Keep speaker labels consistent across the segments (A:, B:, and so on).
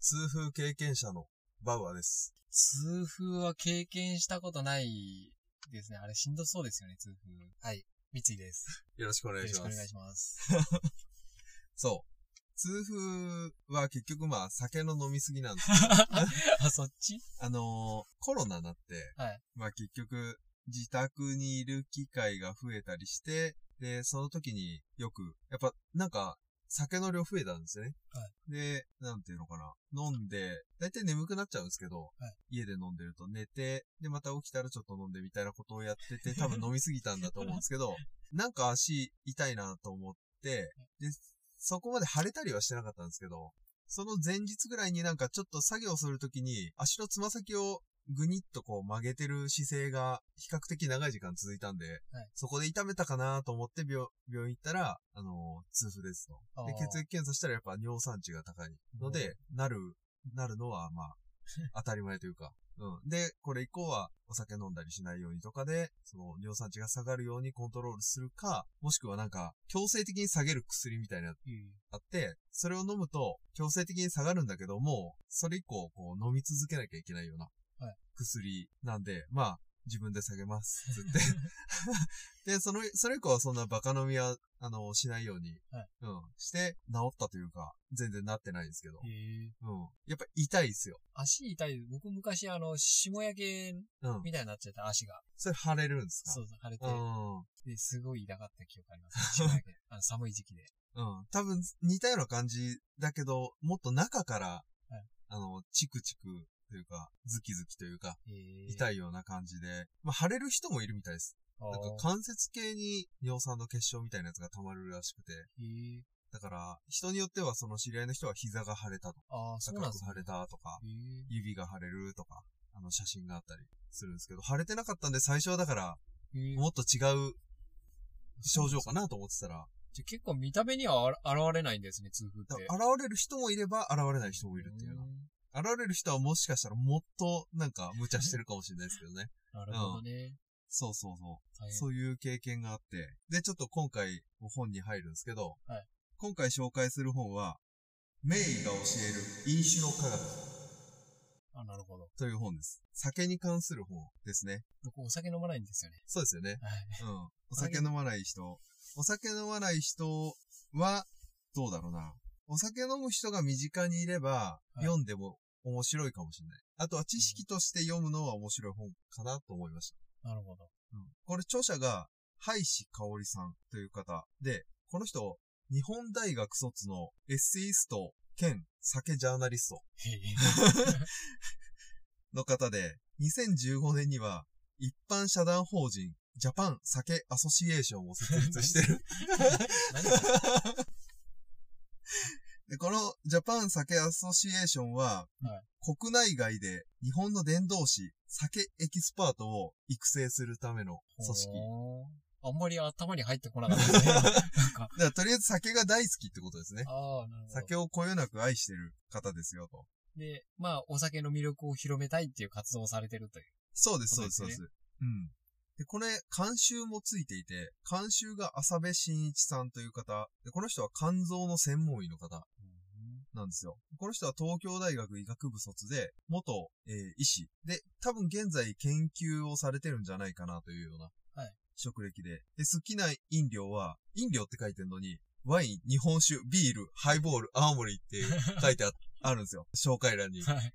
A: 痛風経験者のバウアーです。
B: 痛風は経験したことないですね。あれしんどそうですよね、痛風。はい。三井です。
A: よろしくお
B: よ
A: 願い
B: ろし
A: し
B: くお
A: ま
B: 願い
A: す。
B: し ます。
A: そう。痛風は結局まあ酒の飲みすぎなんです。
B: あ、そっち
A: あのーコロナになって、
B: はい。
A: まあ結局自宅にいる機会が増えたりして、で、その時によく、やっぱなんか酒の量増えたんですよね。
B: は
A: で、なんていうのかな。飲んで、だいたい眠くなっちゃうんですけど、
B: はい
A: 家で飲んでると寝て、で、また起きたらちょっと飲んでみたいなことをやってて、多分飲みすぎたんだと思うんですけど、なんか足痛いなと思って、で、そこまで腫れたりはしてなかったんですけど、その前日ぐらいになんかちょっと作業するときに、足のつま先をぐにっとこう曲げてる姿勢が比較的長い時間続いたんで、
B: はい
A: そこで痛めたかなと思って病病院行ったら、あのー痛風ですと。で、
B: あー
A: 血液検査したらやっぱ尿酸値が高いので、なる、なるのはま あ、当たり前というか。うん。で、これ以降はお酒飲んだりしないようにとかで、その尿酸値が下がるようにコントロールするか、もしくはなんか、強制的に下げる薬みたいなの
B: うん。
A: あって、それを飲むと強制的に下がるんだけども、それ以降こう飲み続けなきゃいけないような
B: はい
A: 薬なんで、まあ、自分で下げます。つって。 で、その、それ以降はそんなバカ飲みは、あの、しないように、
B: はい
A: うん、して、治ったというか、全然なってないんですけど、
B: へえ。
A: うん。やっぱ痛いですよ。
B: 足痛い。僕昔あの、霜焼け
A: うん。
B: みたいになっちゃった足が。
A: それ腫れるんですか
B: そうそう、腫れて
A: う。ん。
B: で、すごい痛かった記憶あり ます。霜焼け。あの、寒い時期で。
A: うん。多分、似たような感じだけど、もっと中から、
B: い
A: あの、チクチクというか、ズキズキというか、
B: 痛い。
A: 痛いような感じで、まあ、腫れる人もいるみたいです。
B: あ
A: なんか
B: ー
A: 関節系に尿酸の結晶みたいなやつが溜まるらしくて、
B: へえ。
A: だから、人によってはその知り合いの人は膝が腫れたとか、
B: ああ、そうなん
A: 高
B: で
A: く
B: す
A: 腫れ
B: ね。
A: たとか、
B: へえ。
A: 指が腫れるとか、あの写真があったりするんですけど、腫れてなかったんで最初はだから、
B: へえ
A: もっと違う症状かなと思ってたら、
B: じゃあ結構見た目には現現れないんですね、痛風
A: だ
B: って。
A: から現れる人もいれば現れない人もいるっていうような
B: う。ん
A: 現れる人はもしかしたらもっとなんか無茶してるかもしれないですけどね。
B: なるほどね。
A: そうそうそう。
B: 大変
A: そういう経験があって。で、ちょっと今回本に入るんですけど、
B: はい
A: 今回紹介する本は、名医が教える飲酒の科学
B: あ、なるほど。
A: という本です。酒に関する本ですね。
B: 僕お酒飲まないんですよね。
A: そうですよね。
B: はい。
A: うん。お酒飲まない人。お酒飲まない人は、どうだろうな。お酒飲む人が身近にいれば、
B: はい
A: 読んでも面白いかもしれない。あとは知識として読むのは面白い本かなと思いました。
B: なるほど。
A: うんこれ著者が、ハイシカオリさんという方で、この人、日本大学卒のエッセイスト兼酒ジャーナリスト
B: へえ。
A: の方で、2015年には一般社団法人ジャパン酒アソシエーションを設立して る。
B: 何それ
A: でこのジャパン酒アソシエーションは、
B: は
A: 国内外で日本の伝道師、酒エキスパートを育成するための組織。
B: ほーあんまり頭に入ってこなかっ たですね。なん
A: だ
B: か。
A: からとりあえず酒が大好きってことですね。
B: ああ、なるほど。
A: 酒をこよなく愛してる方ですよと。
B: で、まあ、お酒の魅力を広めたいっていう活動をされてるという。
A: そうです、そ
B: そう
A: で、
B: うですす
A: そうで
B: ね
A: す。うん。で、これ、監修もついていて、監修が浅部慎一さんという方。で、この人は肝臓の専門医の方なんですよ。この人は東京大学医学部卒で、元、えー医師。で、多分現在研究をされてるんじゃないかなというような。
B: はい
A: 職歴で。で、好きな飲料は、飲料って書いてるのに、ワイン、日本酒、ビール、ハイボール、青森っていう書 いてああるんですよ。紹介欄に。
B: はい。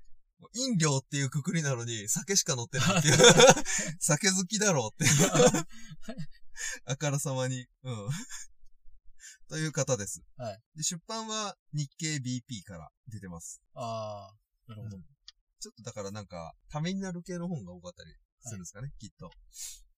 A: 飲料っていうくくりなのに、酒しか乗ってないっていう。 酒好きだろうっていう。 あからさまに。うん。という方です。
B: はい
A: で出版は日経 BP から出てます。
B: ああ、なるほど。
A: うんちょっとだからなんか、ためになる系の本が多かったりするんですかね、きっと。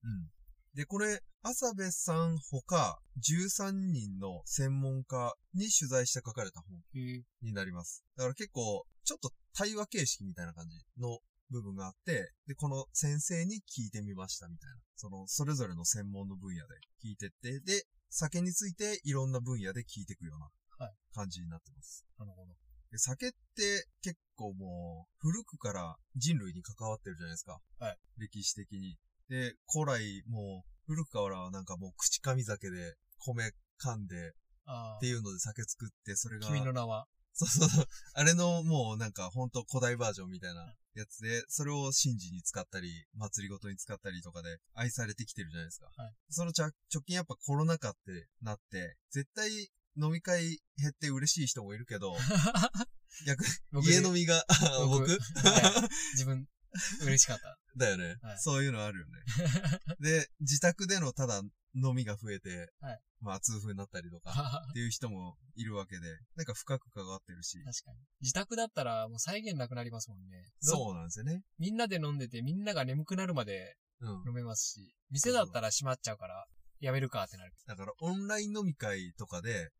A: うん。で、これ、浅部さん他13人の専門家に取材して書かれた本
B: へえ
A: になります。だから結構、ちょっと対話形式みたいな感じの部分があって、で、この先生に聞いてみましたみたいな。その、それぞれの専門の分野で聞いてって、で、酒についていろんな分野で聞いていくような
B: はい
A: 感じになってます。
B: なるほど。
A: で酒って結構もう、古くから人類に関わってるじゃないですか。
B: はい
A: 歴史的に。で、古来もう、古くからはなんかもう、口噛み酒で、米噛んで、
B: ああ
A: って、いうので酒作って、それが。
B: 君の名は。
A: そうそうそう。あれのもうなんかほんと古代バージョンみたいなやつで、それを神事に使ったり、祭りごとに使ったりとかで愛されてきてるじゃないですか。
B: はい
A: そのちゃ直近やっぱコロナ禍ってなって、絶対飲み会減って嬉しい人もいるけ ど、逆に
B: 僕
A: 家飲みが、あ
B: 僕
A: 僕
B: はい自分、嬉しかった。
A: だよね、
B: はい
A: そういうのあるよね。 で、自宅でのただ飲みが増えて、
B: はい
A: ま あ痛風になったりとか。
B: 確か
A: っていう人もいるわけで、なんか深く関わってるし、
B: に。自宅だったらもう再現なくなりますもんね。う。
A: そうなんですよね。
B: みんなで飲んでてみんなが眠くなるまで
A: うん。
B: 飲めますし、店だったら閉まっちゃうから、やめるかってなる。
A: だからオンライン飲み会とかで、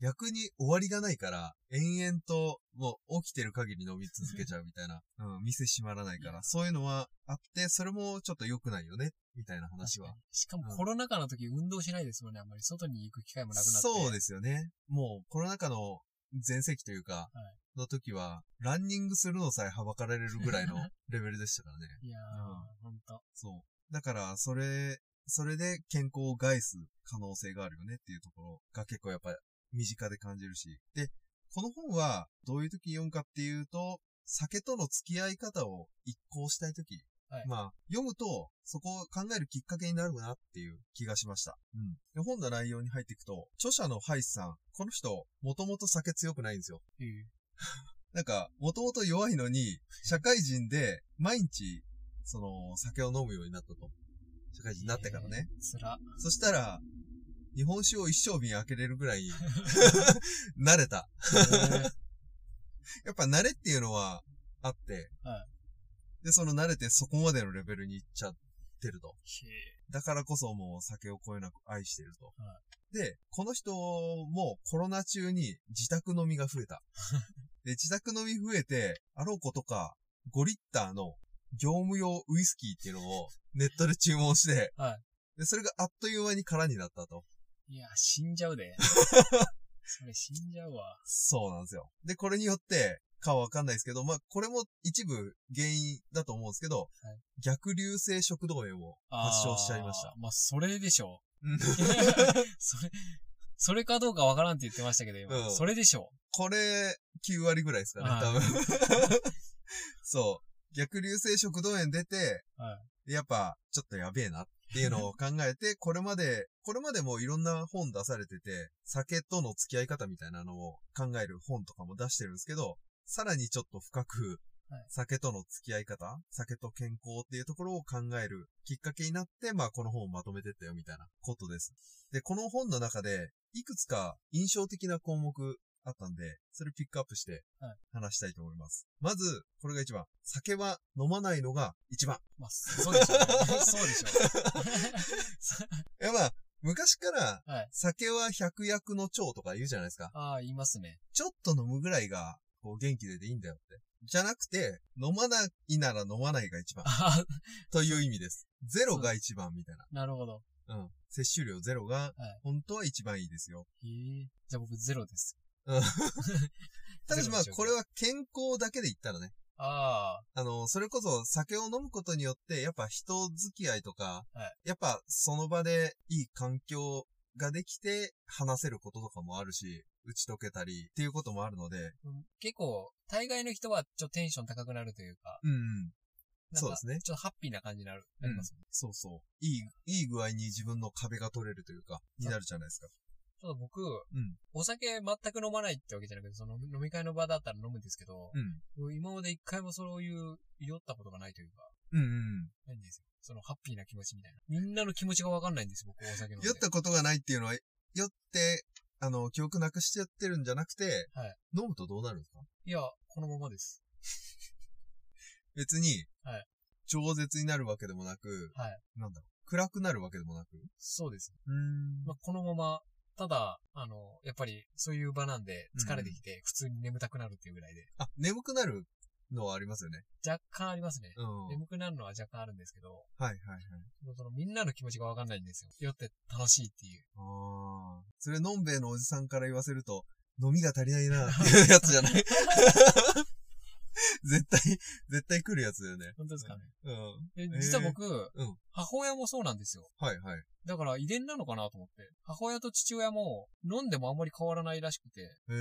A: 逆に終わりがないから、延々ともう起きてる限り飲み続けちゃうみたいな、うん、店閉まらないから、そういうのはあって、それもちょっと良くないよね、みたいな話は
B: 確か。に。しかも
A: うん
B: コロナ禍の時運動しないですもんね、あんまり。外に行く機会もなくなって。
A: そうですよね。もうコロナ禍の前世紀というか、の時は、ランニングするのさえはばかられるぐ らいのレベルでしたからね。
B: いやー
A: うん、
B: ほんと。
A: そう。だから、それ、それで健康を害す可能性があるよねっていうところが結構やっぱり身近で感じるし。で、この本はどういう時に読むかっていうと、酒との付き合い方を一考したい時。
B: はい
A: まあ、読むと、そこを考えるきっかけになるなっていう気がしました。うん。で本の内容に入っていくと、著者のハイスさん、この人、もともと酒強くないんですよ。
B: うん
A: なんか、もともと弱いのに、社会人で、毎日、その、酒を飲むようになったと。社会人になってからね。。
B: えーつ ら。
A: そしたら、日本酒を一生瓶開けれるぐ らい、慣れた。やっぱ慣れっていうのは、あって、
B: は
A: で、その慣れてそこまでのレベルに行っちゃってると。
B: へえ
A: だからこそもう酒をこよなく愛してると。
B: は
A: で、この人もコロナ中に自宅飲みが増え た。で、自宅飲み増えて、あろうことか5リッターの業務用ウイスキーっていうのをネットで注文して、
B: は
A: で、それがあっという間に空になったと。
B: いや、死んじゃう で。それ死んじゃうわ。
A: そうなんですよ。で、これによって、かはわかんないですけど、まあ、これも一部原因だと思うんですけど、
B: はい
A: 逆流性食道炎を発症しちゃいました
B: あ。ー。まあ、それでしょ
A: うん
B: う。それ、それかどうかわからんって言ってましたけど、今。
A: うん
B: それでしょ
A: これ、9割ぐらいですかね、
B: はい
A: 多分。 そう。逆流性食道炎出て、
B: う。はい。
A: やっぱ、ちょっとやべえなっていうのを考え て、これまで、これまでもいろんな本出されてて、酒との付き合い方みたいなのを考える本とかも出してるんですけど、さらにちょっと深く
B: はい、
A: 酒との付き合い方、酒と健康っていうところを考えるきっかけになって、まあこの本をまとめてったよみたいなことです。で、この本の中で、いくつか印象的な項目あったんで、それピックアップして
B: はい
A: 話したいと思います。まず、これが一番。酒は飲まないのが一番。
B: まあ、そうでしょう、ね。そうでしょ
A: いやまあ、昔から、
B: う。はい。
A: 酒は百薬の長とか言うじゃないですか。
B: ああ、言いますね。
A: ちょっと飲むぐらいが、こう元気ででいいんだよって。じゃなくて、飲まないなら飲まないが一番。
B: あ
A: という意味です。ゼロが一番みたい
B: あ、なるほど。
A: な。うん。摂取量ゼロが
B: はい、
A: 本当は一番いいですよ。
B: へえ。じゃあ僕ゼロです。
A: ただしまあ、
B: ゼロでしょうか
A: これは健康だけで言ったらね。
B: あ
A: あの、それこそ酒を飲むことによって、やっぱ人付き合いとか、
B: はい
A: やっぱその場でいい環境ができて話せることとかもあるし、打ち解けたりっていうこともあるので、
B: あ、結構、大概の人はちょっとテンション高くなるというか、
A: うんうん。
B: なんか
A: そうですね
B: ちょっとハッピーな感じになる。なりますね
A: そうそう。いい、いい具合に自分の壁が取れるというか、になるじゃないですか。
B: ちょっと僕、
A: うん。
B: お酒全く飲まないってわけじゃなくて、その飲み会の場だったら飲むんですけど、
A: うん。
B: 今まで一回もそういう、酔ったことがないというか、
A: うんうん。
B: ないんですよ。そのハッピーな気持ちみたいな。みんなの気持ちがわかんないんですよ、僕、お酒飲んで。
A: 酔ったことがないっていうのは、酔って、あの、記憶なくしちゃってるんじゃなくて、
B: はい
A: 飲むとどうなるんですか
B: いや、このままです。
A: 別に、
B: はい
A: 饒舌になるわけでもなく、
B: はい
A: なんだろう、暗くなるわけでもなく、
B: そうです。
A: うーん
B: まあ、このまま、ただ、あの、やっぱり、そういう場なんで、疲れてきて、普通に眠たくなるっていうぐらいで、
A: あ、眠くなるのはありますよね。
B: 若干ありますね。
A: うん。はい
B: 眠くなるのは若干あるんですけど、
A: はいはい。
B: そのみんなの気持ちがわかんないんですよ。酔って楽しいっていう。
A: ああ。それ、のんべえのおじさんから言わせると、飲みが足りないな、っていうやつじゃない 絶対、絶対来るやつだよね。
B: 本当ですかね。
A: うん。
B: で実は僕、
A: うん
B: 母親もそうなんですよ。
A: はいはい。
B: だから遺伝なのかなと思って。母親と父親も飲んでもあんまり変わらないらしくて、
A: へえ。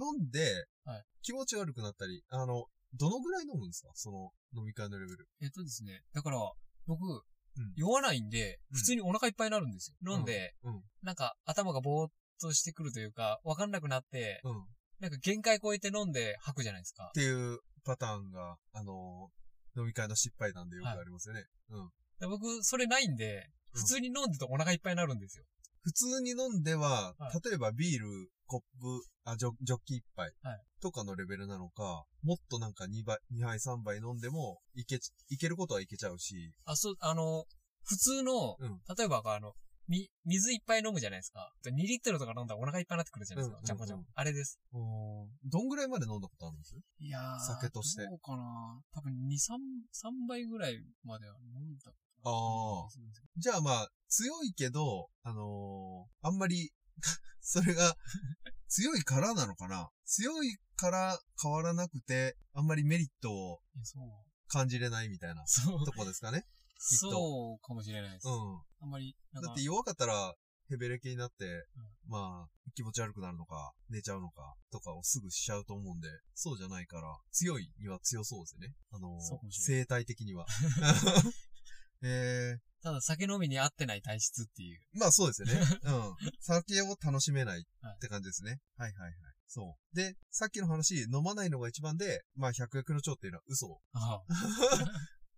A: 飲んで
B: はい、
A: 気持ち悪くなったり、あの、どのぐらい飲むんですかその飲み会のレベル。
B: えっとですね、だから、僕、
A: うん
B: 酔わないんで、
A: うん
B: 普通にお腹いっぱいになるんですよ。飲んで、
A: うんうん
B: なんか頭がぼーっとしてくるというか、わかんなくなって、
A: うん。っ
B: なんか限界超えて飲んで吐くじゃないですか。
A: ていうパターンが、あの、飲み会の失敗談でよくありますよね。うん。
B: で僕、それないんで、
A: うん
B: 普通に飲んでてお腹いっぱいになるんですよ。
A: 普通に飲んでは、
B: は
A: 例えばビール、コップ、あ、ジョジョッキ一杯
B: はい
A: とかのレベルなのか、もっとなんか2杯、二杯3杯飲んでも、いけ、いけることはいけちゃうし、
B: あ、そう、あの、普通の、
A: うん
B: 例えばあの、み、水いっぱい飲むじゃないですか。2リットルとか飲んだらお腹いっぱいになってくるじゃないですか。
A: うん
B: ちゃんこちゃん
A: うん
B: こ。あれです。
A: どんぐらいまで飲んだことあるんです
B: いやー。
A: 酒として
B: どうかな多分2、3、3倍ぐらいまでは飲んだこと
A: あー
B: る気がするんですよ
A: じゃあまあ、強いけど、あのーあんまり、 それが、強いからなのかな強いから変わらなくて、あんまりメリットを
B: いやそう。
A: 感じれないみたいな
B: そう。
A: とこですかね。と
B: そうかもしれないです。
A: うん。
B: あんまり、なん
A: だ
B: か
A: って、弱かったら、ヘベレケになって、まあ、気持ち悪くなるのか、寝ちゃうのか、とかをすぐしちゃうと思うんで、そうじゃないから、強いには強そうですよね。あの
B: そうか、もしれ
A: 生態的 には。 え
B: ただ酒飲みに合ってない体質っていう。
A: ー、まあそうですよね。うん。酒を楽しめないって感じですね。はいはいはい。そう。で、さっきの話、飲まないのが一番で、まあ、百薬の長っていうのは嘘。
B: ああ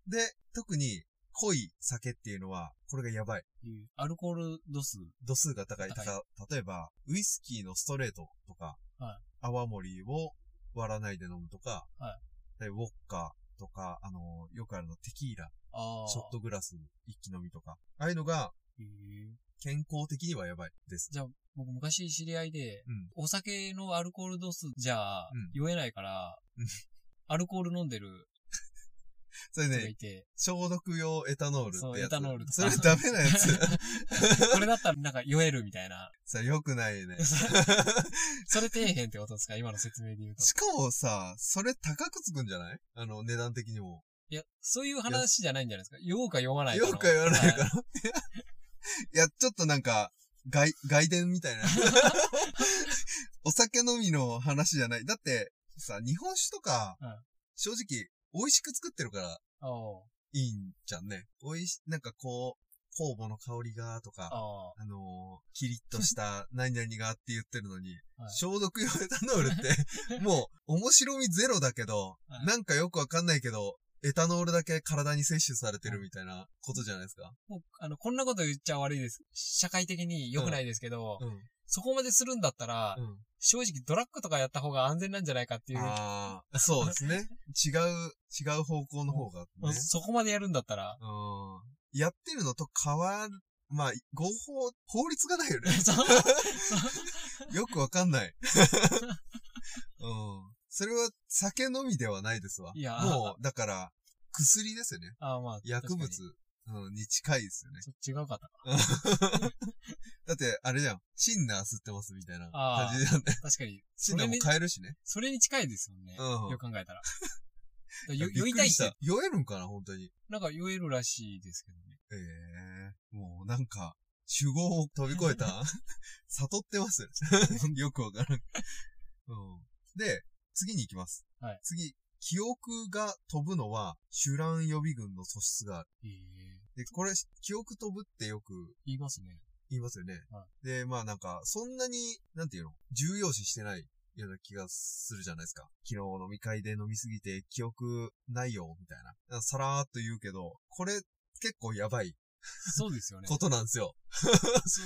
A: で、特に、濃い酒っていうのは、これがやばい。
B: いうアルコール度数。
A: 度数が高い。
B: 高い
A: だから例えば、ウイスキーのストレートとか、
B: は
A: 泡盛を割らないで飲むとか、
B: は
A: でウォッカとか、あの、よくあるのテキーラ、
B: ああ。
A: ショットグラス一気飲みとか、ああいうのが
B: へえ
A: 健康的にはやばいです。
B: じゃあ、僕昔知り合いで、
A: うん
B: お酒のアルコール度数じゃ、
A: うん
B: 酔えないから
A: うん、
B: アルコール飲んでる
A: それ
B: 人が
A: ね、
B: いて、
A: 消毒用エタノールってやつ。
B: そうエタノールと
A: そ
B: か
A: れダメなや つ。
B: これだったらなんか酔えるみたいな。
A: それ良くない ね。
B: それ底辺ってことですか今の説明で言うと。
A: しかもさ、それ高くつくんじゃないあの、値段的にも。
B: いや、そういう話じゃないんじゃないですか酔うか酔わないか
A: よ
B: の。
A: く言わないから。
B: はい
A: や、ちょっとなんか、外、外伝みた いな。お酒飲みの話じゃない。だって、さ、日本酒とか、
B: うん
A: 正直、美味しく作ってるから
B: あ
A: いいんじゃんね。美味し、なんかこう、酵母の香りが、と
B: あ。あ
A: か、
B: あ。
A: あのーキリッと した何々がって言ってるのに、
B: はい
A: 消毒用エタノール って、もう、面白みゼロだけど、
B: はい
A: なんかよくわかんないけど、エタノールだけ体に摂取されてるみたいなことじゃないですか。
B: もう、あの、こんなこと言っちゃ悪いです。社会的に良くないですけど、
A: うん。
B: そこまでするんだったら、
A: うん。
B: 正直ドラッグとかやった方が安全なんじゃないかっていう。
A: ああ、そうですね。違う、違う方向の方がね。
B: もうそこまでやるんだったら。。
A: うん。やってるのと変わる、まあ、合法、法律がないよね
B: そう
A: よくわかんない。うん。それは酒飲みではないですわ。
B: いや
A: もう、だから、薬ですよね。
B: ああ、まあ。
A: 薬
B: 確
A: 物
B: かに。
A: うん、に近いですよね。
B: ちょ違うかったか。
A: だって、あれじゃん。シンナー吸ってますみたいな
B: あー
A: 感じなんで。
B: 確かに。
A: シンナーも買えるしね。
B: それに近いですよね。
A: うん
B: よく考えた ら。だ
A: や
B: よ
A: びっ
B: 酔い
A: く
B: たい
A: り
B: っ
A: してた、。酔えるんかな、本当に。
B: なんか酔えるらしいですけどね。
A: ええもうなんか、主語を飛び越え た悟ってますよ。よくわからん。うん。で、次に行きます。
B: はい
A: 次、記憶が飛ぶのは、手乱予備軍の素質がある。
B: ええ
A: で、これ、記憶飛ぶってよく
B: 言いますね。
A: 言いますよね。
B: は
A: で、まあなんか、そんなに、なんていうの、重要視してないような気がするじゃないですか。昨日飲み会で飲みすぎて記憶ないよ、みたいな。さらーっと言うけど、これ、結構やばい
B: そうですよね。
A: ことなんですよ。
B: そう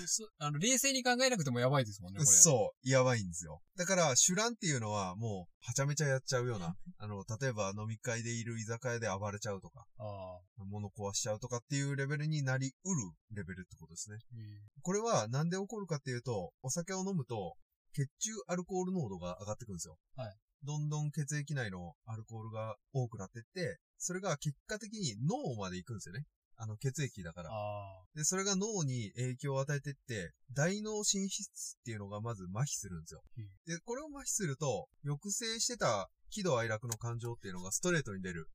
B: そうあの冷静に考えなくてもやばいですもんね、これ。
A: そう、やばいんですよ。だから、シュランっていうのはもう、はちゃめちゃやっちゃうような、あの、例えば飲み会でいる居酒屋で暴れちゃうとか、
B: ああ。
A: 物壊しちゃうとかっていうレベルになりうるレベルってことですね。
B: ええ
A: これはなんで起こるかっていうと、お酒を飲むと、血中アルコール濃度が上がってくるんですよ。
B: はい
A: どんどん血液内のアルコールが多くなってって、それが結果的に脳まで行くんですよね。あの、血液だから。
B: あ
A: で、それが脳に影響を与えてって、大脳進出っていうのがまず麻痺するんですよ
B: うん。
A: で、これを麻痺すると、抑制してた喜怒哀楽の感情っていうのがストレートに出る。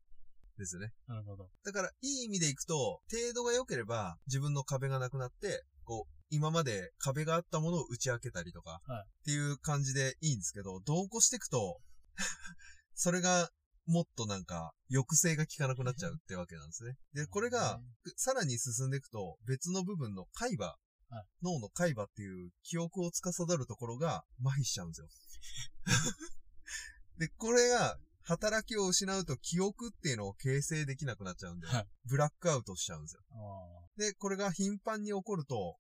A: ですよね。
B: あ。なるほど。
A: だから、いい意味でいくと、程度が良ければ、自分の壁がなくなって、こう、今まで壁があったものを打ち明けたりとか、
B: はい
A: っていう感じでいいんですけど、同行していくと、 それがもっとなんか抑制が効かなくなっちゃうってわけなんですね。で、これが、さらに進んでいくと、別の部分の海馬、
B: はい
A: 脳の海馬っていう記憶を司るところが麻痺しちゃうんですよ。 で、これが、働きを失うと記憶っていうのを形成できなくなっちゃうんで、
B: はい
A: ブラックアウトしちゃうんですよ。
B: あー
A: で、これが頻繁に起こると、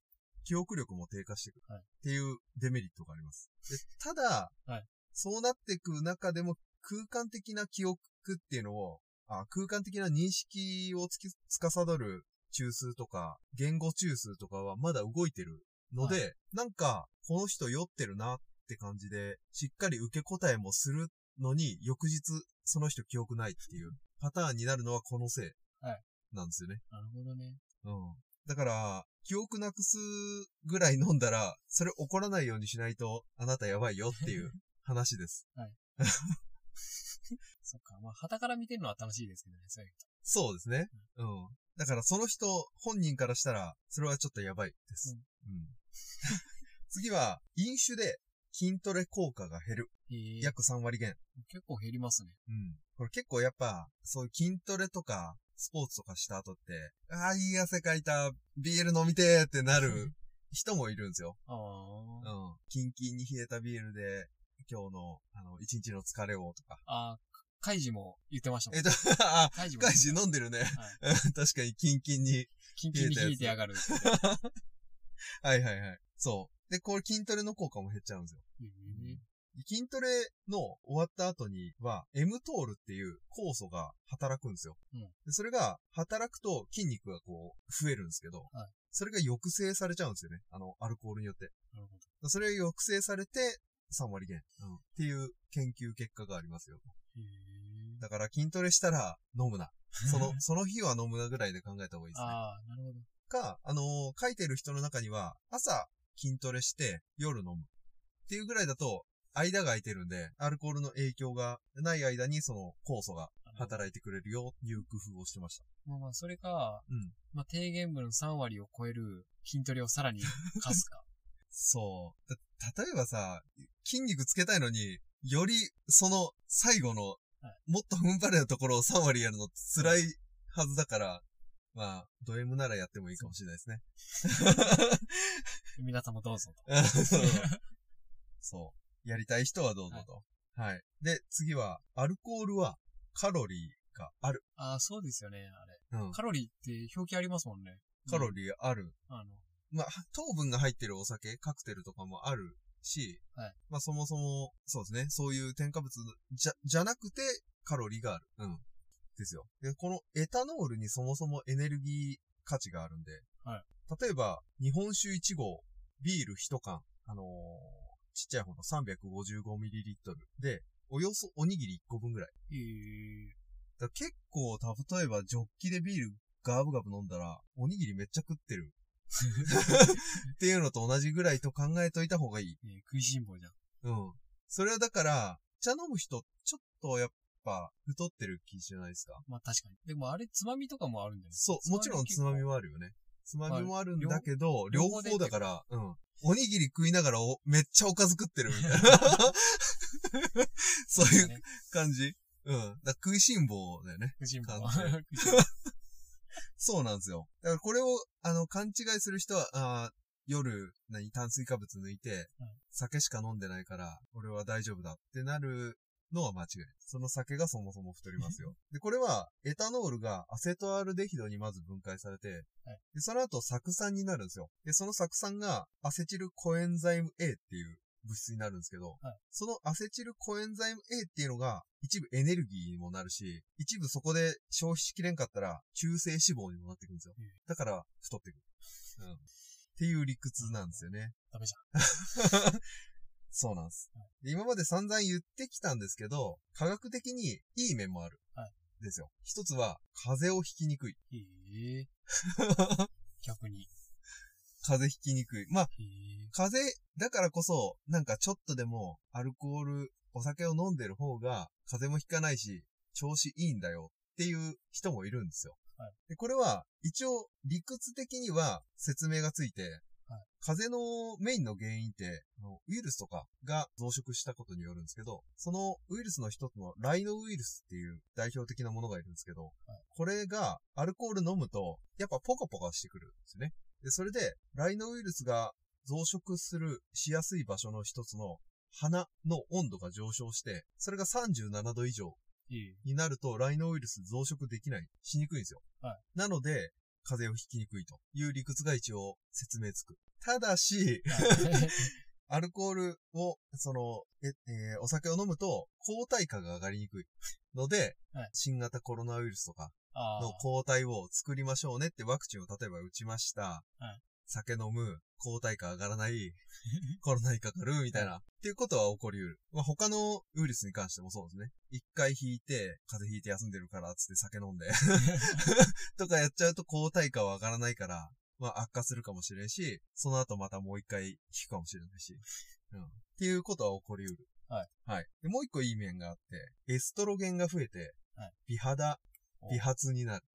A: 記憶力も低下していくる。
B: はい
A: っていうデメリットがあります。でただ、
B: はい
A: そうなっていく中でも空間的な記憶っていうのを、あ空間的な認識をつき、司る中枢とか、言語中枢とかはまだ動いてるので、
B: は
A: なんか、この人酔ってるなって感じで、しっかり受け答えもするのに、翌日、その人記憶ないっていうパターンになるのはこのせい
B: はい
A: なんですよね。
B: なるほどね。
A: うん。だから、記憶なくすぐらい飲んだら、それ起こらないようにしないと、あなたやばいよって いう話です。
B: そっか。まあ、旗から見てるのは楽しいですけどね、そういう
A: そうですね。うん。だからその人、本人からしたら、それはちょっとやばいです。うん。 次は、飲酒で筋トレ効果が減る。
B: えー
A: 約3割減。
B: 結構減りますね。
A: うん。これ結構やっぱ、そういう筋トレとか、スポーツとかした後って、ああ、いい汗かいた、ビール飲みてーってなる人もいるんですよ。
B: ああ。
A: うん。キンキンに冷えたビールで、今日の、あの、一日の疲れをとか。
B: ああ、カイジも言ってましたも
A: えっ
B: ん。
A: と、 あ、
B: カイジも言
A: 深
B: って
A: いし飲んでるね。
B: はい
A: 確かに、キンキンに。
B: キンキンに冷えてやがるって。
A: はいはいはい。そう。で、これ筋トレの効果も減っちゃうんですよ。
B: えー
A: 筋トレの終わった後には、M トールっていう酵素が働くんですよ。
B: うん
A: でそれが働くと筋肉がこう、増えるんですけど、
B: はい
A: それが抑制されちゃうんですよね。あの、アルコールによって。
B: なるほど。
A: それが抑制されて、3割減、うんっていう研究結果がありますよ。
B: え
A: だから筋トレしたら飲むな。その、その日は飲むなぐらいで考えた方がいいですね。
B: ああ、なるほど。
A: か、あのー書いてる人の中には、朝筋トレして夜飲む。っていうぐらいだと、間が空いてるんで、アルコールの影響がない間にその酵素が働いてくれるよっていう工夫をしてました。
B: まあまあ、それか、
A: うん。
B: まあ、低減部の3割を超える筋トレをさらに貸すか。
A: そう。だ例えばさ、筋肉つけたいのに、よりその最後の、もっと踏ん張れるところを3割やるの辛いはずだから、まあ、ド M ならやってもいいかもしれないですね。
B: 皆さんもどうぞと。
A: そう。そう。やりたい人はどうぞと。はい。で、次は、アルコールはカロリーがある。
B: ああ、そうですよね、あれ。
A: うん。
B: カロリーって表記ありますもんね。
A: カロリーある。
B: うん。あの、
A: まあ、糖分が入ってるお酒、カクテルとかもあるし、
B: はい
A: まあ、そもそも、そうですね、そういう添加物じゃ、じゃなくて、カロリーがある。うん。ですよ。で、このエタノールにそもそもエネルギー価値があるんで、
B: はい
A: 例えば、日本酒1合、ビール1缶、あのーちっちゃい方の 355ml で、およそおにぎり1個分ぐらい。
B: え
A: だから結構、た例えば、ジョッキでビールガブガブ飲んだら、おにぎりめっちゃ食ってる。っていうのと同じぐらいと考えといた方がいい。
B: ーえー食いしん坊じゃん。
A: うん。それはだから、茶飲む人、ちょっとやっぱ、太ってる気じゃないですか。
B: まあ確かに。でもあれ、つまみとかもあるんだよね。
A: そう、もちろんつまみ
B: は。
A: もあるよね。つまみもあるん
B: はい
A: だけど、
B: 両
A: 両
B: 方
A: 方だから、うん。おにぎり食いながらお、めっちゃおかず食ってるみたい な。そう
B: 結
A: い
B: 構
A: う感じ。うん。だから食いしん坊だよね。
B: 食いしん坊。
A: 感じで
B: 食いしん坊
A: そうなんですよ。だからこれを、あの、勘違いする人は、あー夜、何、炭水化物抜いて
B: うん、
A: 酒しか飲んでないから、俺は大丈夫だってなるのは間違いない。その酒がそもそも太りますよ。で、これは、エタノールがアセトアルデヒドにまず分解されて
B: はい、
A: で、その後、酢酸になるんですよ。で、その酢酸が、アセチルコエンザイム A っていう物質になるんですけど、
B: はい
A: そのアセチルコエンザイム A っていうのが、一部エネルギーにもなるし、一部そこで消費しきれんかったら、中性脂肪にもなってくるんですよ
B: うん。
A: だから、太ってくる。うん。っていう理屈なんですよね。
B: ダメじ
A: そうなんです
B: は。
A: で今まで散々言ってきたんですけど、科学的にいい面もある。
B: はい
A: ですよ。一つは、風邪をひきにくい。
B: ゃん。ええー。逆に。
A: 風邪ひきにくい。まあ、
B: ええ
A: 風邪だからこそ、なんかちょっとでもアルコール、お酒を飲んでる方が風邪もひかないし、調子いいんだよっていう人もいるんですよ。
B: はい
A: でこれは一応理屈的には説明がついて、
B: はい
A: 風邪のメインの原因って、あのウイルスとかが増殖したことによるんですけど、そのウイルスの一つのライノウイルスっていう代表的なものがいるんですけど、これがアルコール飲むと、やっぱポカポカしてくるんですね。で、それで、ライノウイルスが増殖する、しやすい場所の一つの鼻の温度が上昇して、それが37度以上
B: いい。
A: になると、ライノウイルス増殖できない、しにくいんですよ。
B: は
A: なので、風邪をひきにくいという理屈が一応説明つく。ただし、 アルコールを、その、え、えーお酒を飲むと、抗体価が上がりにくい。ので、
B: はい
A: 新型コロナウイルスとか
B: あ
A: の
B: あ。
A: 抗体を作りましょうねってワクチンを例えば打ちました。
B: はい
A: 酒飲む、抗体価上がらない、コロナにかかる、みたいな。っていうことは起こりうる。まあ、他のウイルスに関してもそうですね。一回引いて、風邪ひいて休んでるから、つって酒飲ん で。とかやっちゃうと抗体価は上がらないから、まあ悪化するかもしれんし、その後またもう一回引くかもしれないし。うん。っていうことは起こりうる。
B: はい。
A: はい。で、もう一個いい面があって、エストロゲンが増えて
B: はい、
A: 美肌、美髪になる。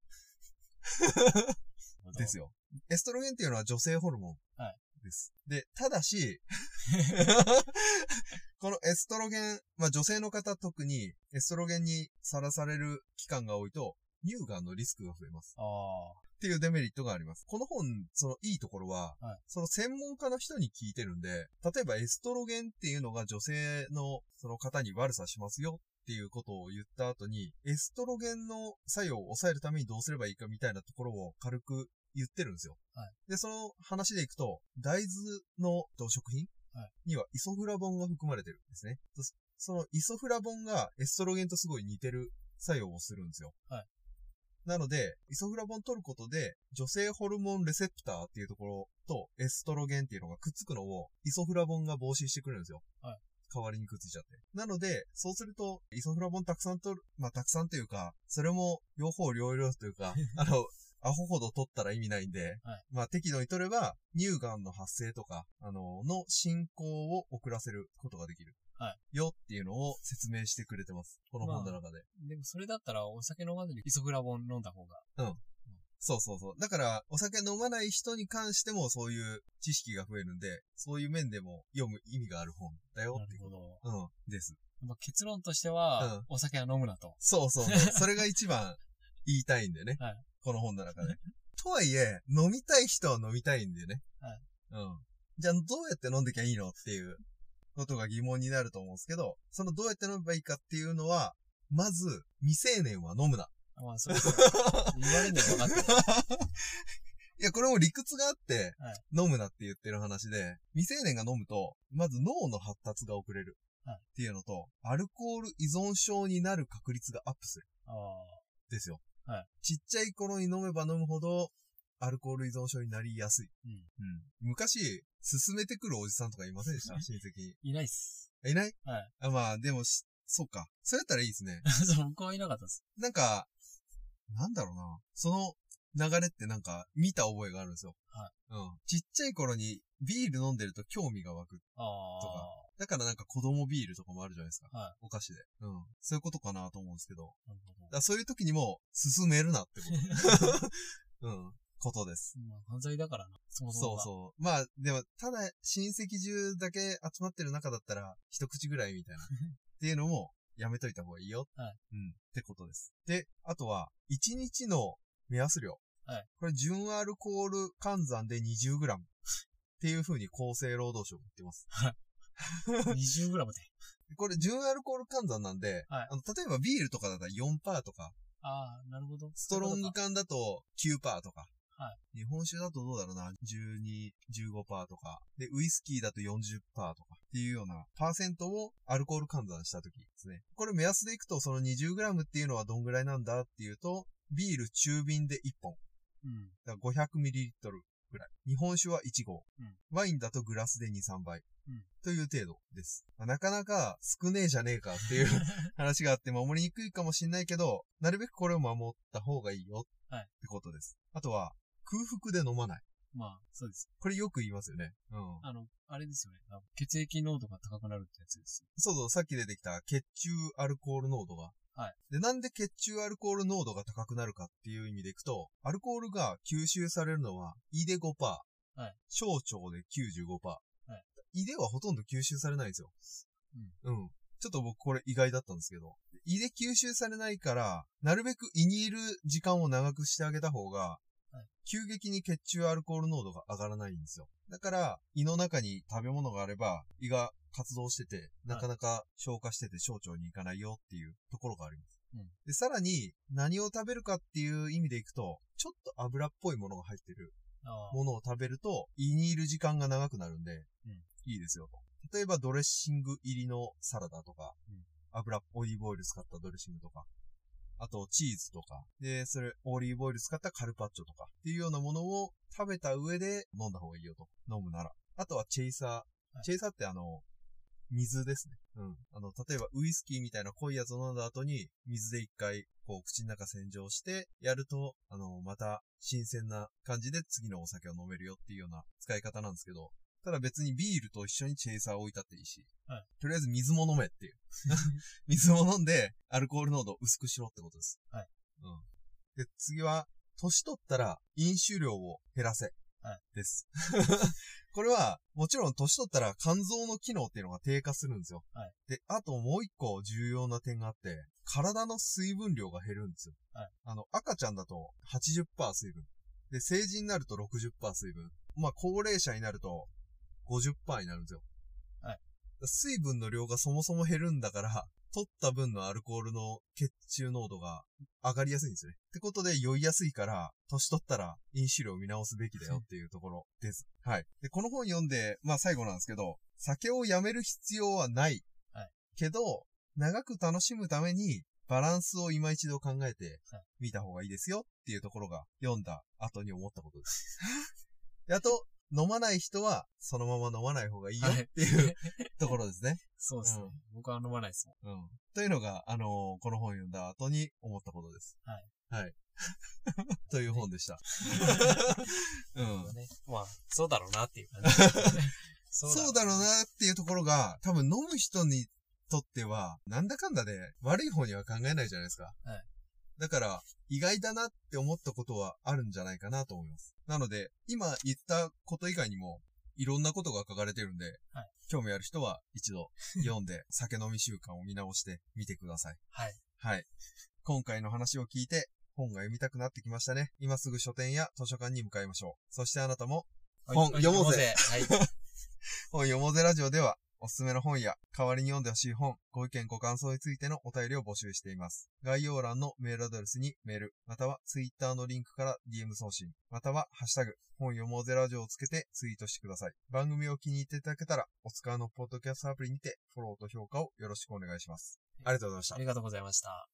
A: です
B: よ。
A: よ。エストロゲンっていうのは女性ホルモン
B: はい
A: です。で、ただ し、このエストロゲン、まあ女性の方特にエストロゲンにさらされる期間が多いと、乳がんのリスクが増えます。
B: ああ。
A: っていうデメリットがあります。この本、そのいいところは、
B: はい
A: その専門家の人に聞いてるんで、例えばエストロゲンっていうのが女性のその方に悪さしますよっていうことを言った後に、エストロゲンの作用を抑えるためにどうすればいいかみたいなところを軽く言ってるんですよ。
B: はい
A: で、その話でいくと、大豆の食品
B: はい
A: にはイソフラボンが含まれてるんですね。そそのイソフラボンがエストロゲンとすごい似てる作用をするんですよ。なので、イソフラボン取ることで、女性ホルモンレセプターっていうところとエストロゲンっていうのがくっつくのを、イソフラボンが防止してくれるんですよ。
B: はい
A: 代わりにくっついちゃって。なので、そうすると、イソフラボンたくさん取る、まあ、たくさんというか、それも、両方両量という か、あの、アホほど取ったら意味ないんで、
B: はい
A: まあ適度に取れば、乳がんの発生とか、あの、の進行を遅らせることができる。
B: は
A: よっていうのを説明してくれてます。この本の中で。
B: でもそれだったらお酒飲まずにイソフラボン飲んだ方が。
A: そうそうそう。だから、お酒飲まない人に関してもそういう知識が増えるんで、そういう面でも読む意味がある本だよ
B: な
A: ってい
B: る
A: う
B: ほ
A: こ
B: ど。
A: と。うん、です。
B: まあ、結論としては、お酒は飲むなと。
A: そうそう そう。それが一番言いたいんでね。
B: はい
A: この本の中で。とはいえ、飲みたい人は飲みたいんでね。
B: はい
A: うん。じゃあ、どうやって飲んできゃいいのっていうことが疑問になると思うんですけど、そのどうやって飲めばいいかっていうのは、まず、未成年は飲むな。
B: まあ、そうです。言われるのは分かってる。
A: いや、これも理屈があって、
B: は
A: 飲むなって言ってる話で、未成年が飲むと、まず脳の発達が遅れる。
B: はい
A: っていうのと、アルコール依存症になる確率がアップする。
B: ああ。
A: ですよ。
B: はい
A: ちっちゃい頃に飲めば飲むほど、アルコール依存症になりやすい。
B: うん。
A: うん。昔、勧めてくるおじさんとかいません でした親戚に。
B: いないっす。
A: いない
B: はい。
A: あまあ、でもし、そうか。それやったらいいですね。
B: そう、僕はいなかったです。
A: なんか、なんだろうな。その流れってなんか見た覚えがあるんですよ。
B: はい
A: うん。ちっちゃい頃にビール飲んでると興味が湧く。
B: ああ。
A: とだからなんか子供ビールとかもあるじゃないですか。
B: はい。
A: お菓子で。うん。そういうことかなと思うんですけど。
B: なるほ
A: だか
B: ど。
A: らそういう時にも、進めるなってこと。うん。ことです。
B: まあ、犯罪だからな。そもそ
A: そ
B: も
A: う
B: が。
A: そう。まあ、でも、ただ、親戚中だけ集まってる中だったら、一口ぐらいみ たいな。っていうのも、やめといた方がいいよ。
B: はい
A: うん。ってことです。で、あとは、1日の目安量。
B: はい
A: これ、純アルコール換算で 20g。っていう風に厚生労働省が言ってます。
B: 20グラムで。
A: これ、純アルコール換算なんで、
B: はい
A: あの例えばビールとかだったら4%とか、
B: ああ、なるほど。
A: ストロング缶だと9%とか。
B: は
A: 日本酒だとどうだろうな、12、15%とか。で、ウイスキーだと40%とかっていうようなパーセントをアルコール換算した時ですね。これ目安でいくとその 20g っていうのはどんぐらいなんだっていうと、ビール中瓶で1本。
B: うん。
A: だから 500ml ぐらい。日本酒は1合。
B: うん
A: ワインだとグラスで2、3倍。
B: うん
A: という程度です。まあなかなか少ねえじゃねえかっていう 話があって守りにくいかもしんないけど、なるべくこれを守った方がいいよ
B: はい
A: ってことです。あとは、空腹で飲まない。
B: まあ、そうです。
A: これよく言いますよね。うん。
B: あの、あれですよね。あの血液濃度が高くなるってやつです。
A: そうそう、さっき出てきた血中アルコール濃度が。。
B: はい
A: で、なんで血中アルコール濃度が高くなるかっていう意味でいくと、アルコールが吸収されるのは胃で5%、
B: はい
A: 小腸で95%。
B: は
A: 胃ではほとんど吸収されないんですよ。うん。ちょっと僕これ意外だったんですけど。胃で吸収されないから、なるべく胃にいる時間を長くしてあげた方が、
B: はい
A: 急激に血中アルコール濃度が上がらないんですよ。だから、胃の中に食べ物があれば、胃が活動してて、なかなか消化してて小腸に行かないよっていうところがあります。
B: うん
A: で、さらに、何を食べるかっていう意味でいくと、ちょっと油っぽいものが入ってる
B: あ
A: ものを食べると、胃にいる時間が長くなるんで、
B: うん
A: いいですよと。例えばドレッシング入りのサラダとか、
B: うん
A: 油、オリーブオイル使ったドレッシングとか、あとチーズとか、で、それ、オリーブオイル使ったカルパッチョとか、っていうようなものを食べた上で飲んだ方がいいよと。飲むなら。あとはチェイサー。
B: い
A: チェイサーってあの、水ですね。うん。あの、例えばウイスキーみたいな濃いやつを飲んだ後に、水で一回、こう、口の中洗浄して、やると、あの、また、新鮮な感じで次のお酒を飲めるよっていうような使い方なんですけど、ただ別にビールと一緒にチェイサーを置いたっていいし、
B: はい
A: とりあえず水も飲め っていう。水も飲んで、アルコール濃度を薄くしろってことです。
B: はい。
A: うん。で、次は、年取ったら飲酒量を減らせ。
B: はい
A: です。 これは、もちろん年取ったら肝臓の機能っていうのが低下するんですよ。
B: はい
A: で、あともう一個重要な点があって、体の水分量が減るんですよ。
B: はい
A: あの、赤ちゃんだと80%水分。で、成人になると60%水分。まあ、高齢者になると50%になるんですよ。
B: はい
A: 水分の量がそもそも減るんだから、取った分のアルコールの血中濃度が上がりやすいんですね。ってことで酔いやすいから、年取ったら飲酒量を見直すべきだよっていうところです。はい。で、この本読んで、まあ最後なんですけど、酒をやめる必要はない。
B: はい
A: けど、長く楽しむために、バランスを今一度考えて
B: はい、
A: 見た方がいいですよっていうところが、読んだ後に思ったことです。 であと、飲まない人は、そのまま飲まない方がいいよっていう、
B: はい
A: ところです ね。
B: そうですね。
A: うん
B: 僕は飲まないですもん。
A: うん。というのが、あのーこの本読んだ後に思ったことです。
B: はい。
A: はい。という本で した。うん。
B: ね、まあ、そうだろうなっていう感じ。そ
A: そうだろうなっていうところが、多分飲む人にとっては、なんだかんだで悪い方には考えないじゃないですか。
B: はい
A: だから、意外だなって思ったことはあるんじゃないかなと思います。なので、今言ったこと以外にも、いろんなことが書かれてるんで、
B: はい
A: 興味ある人は一 度読んで、酒飲み習慣を見直してみてください。
B: はい。
A: はい。今回の話を聞いて、本が読みたくなってきましたね。今すぐ書店や図書館に向かいましょう。そしてあなたも
B: はい
A: 本読もうぜ。
B: はい。
A: 本よもぜラジオでは、おすすめの本や、代わりに読んでほしい本、ご意見ご感想についてのお便りを募集しています。概要欄のメールアドレスにメール、またはツイッターのリンクから DM 送信、またはハッシュタグ、本よもぜラジオをつけてツイートしてください。番組を気に入っていただけたら、お使いのポッドキャストアプリにて、フォローと評価をよろしくお願いします。ありがとうございました
B: あ。りがとうございました。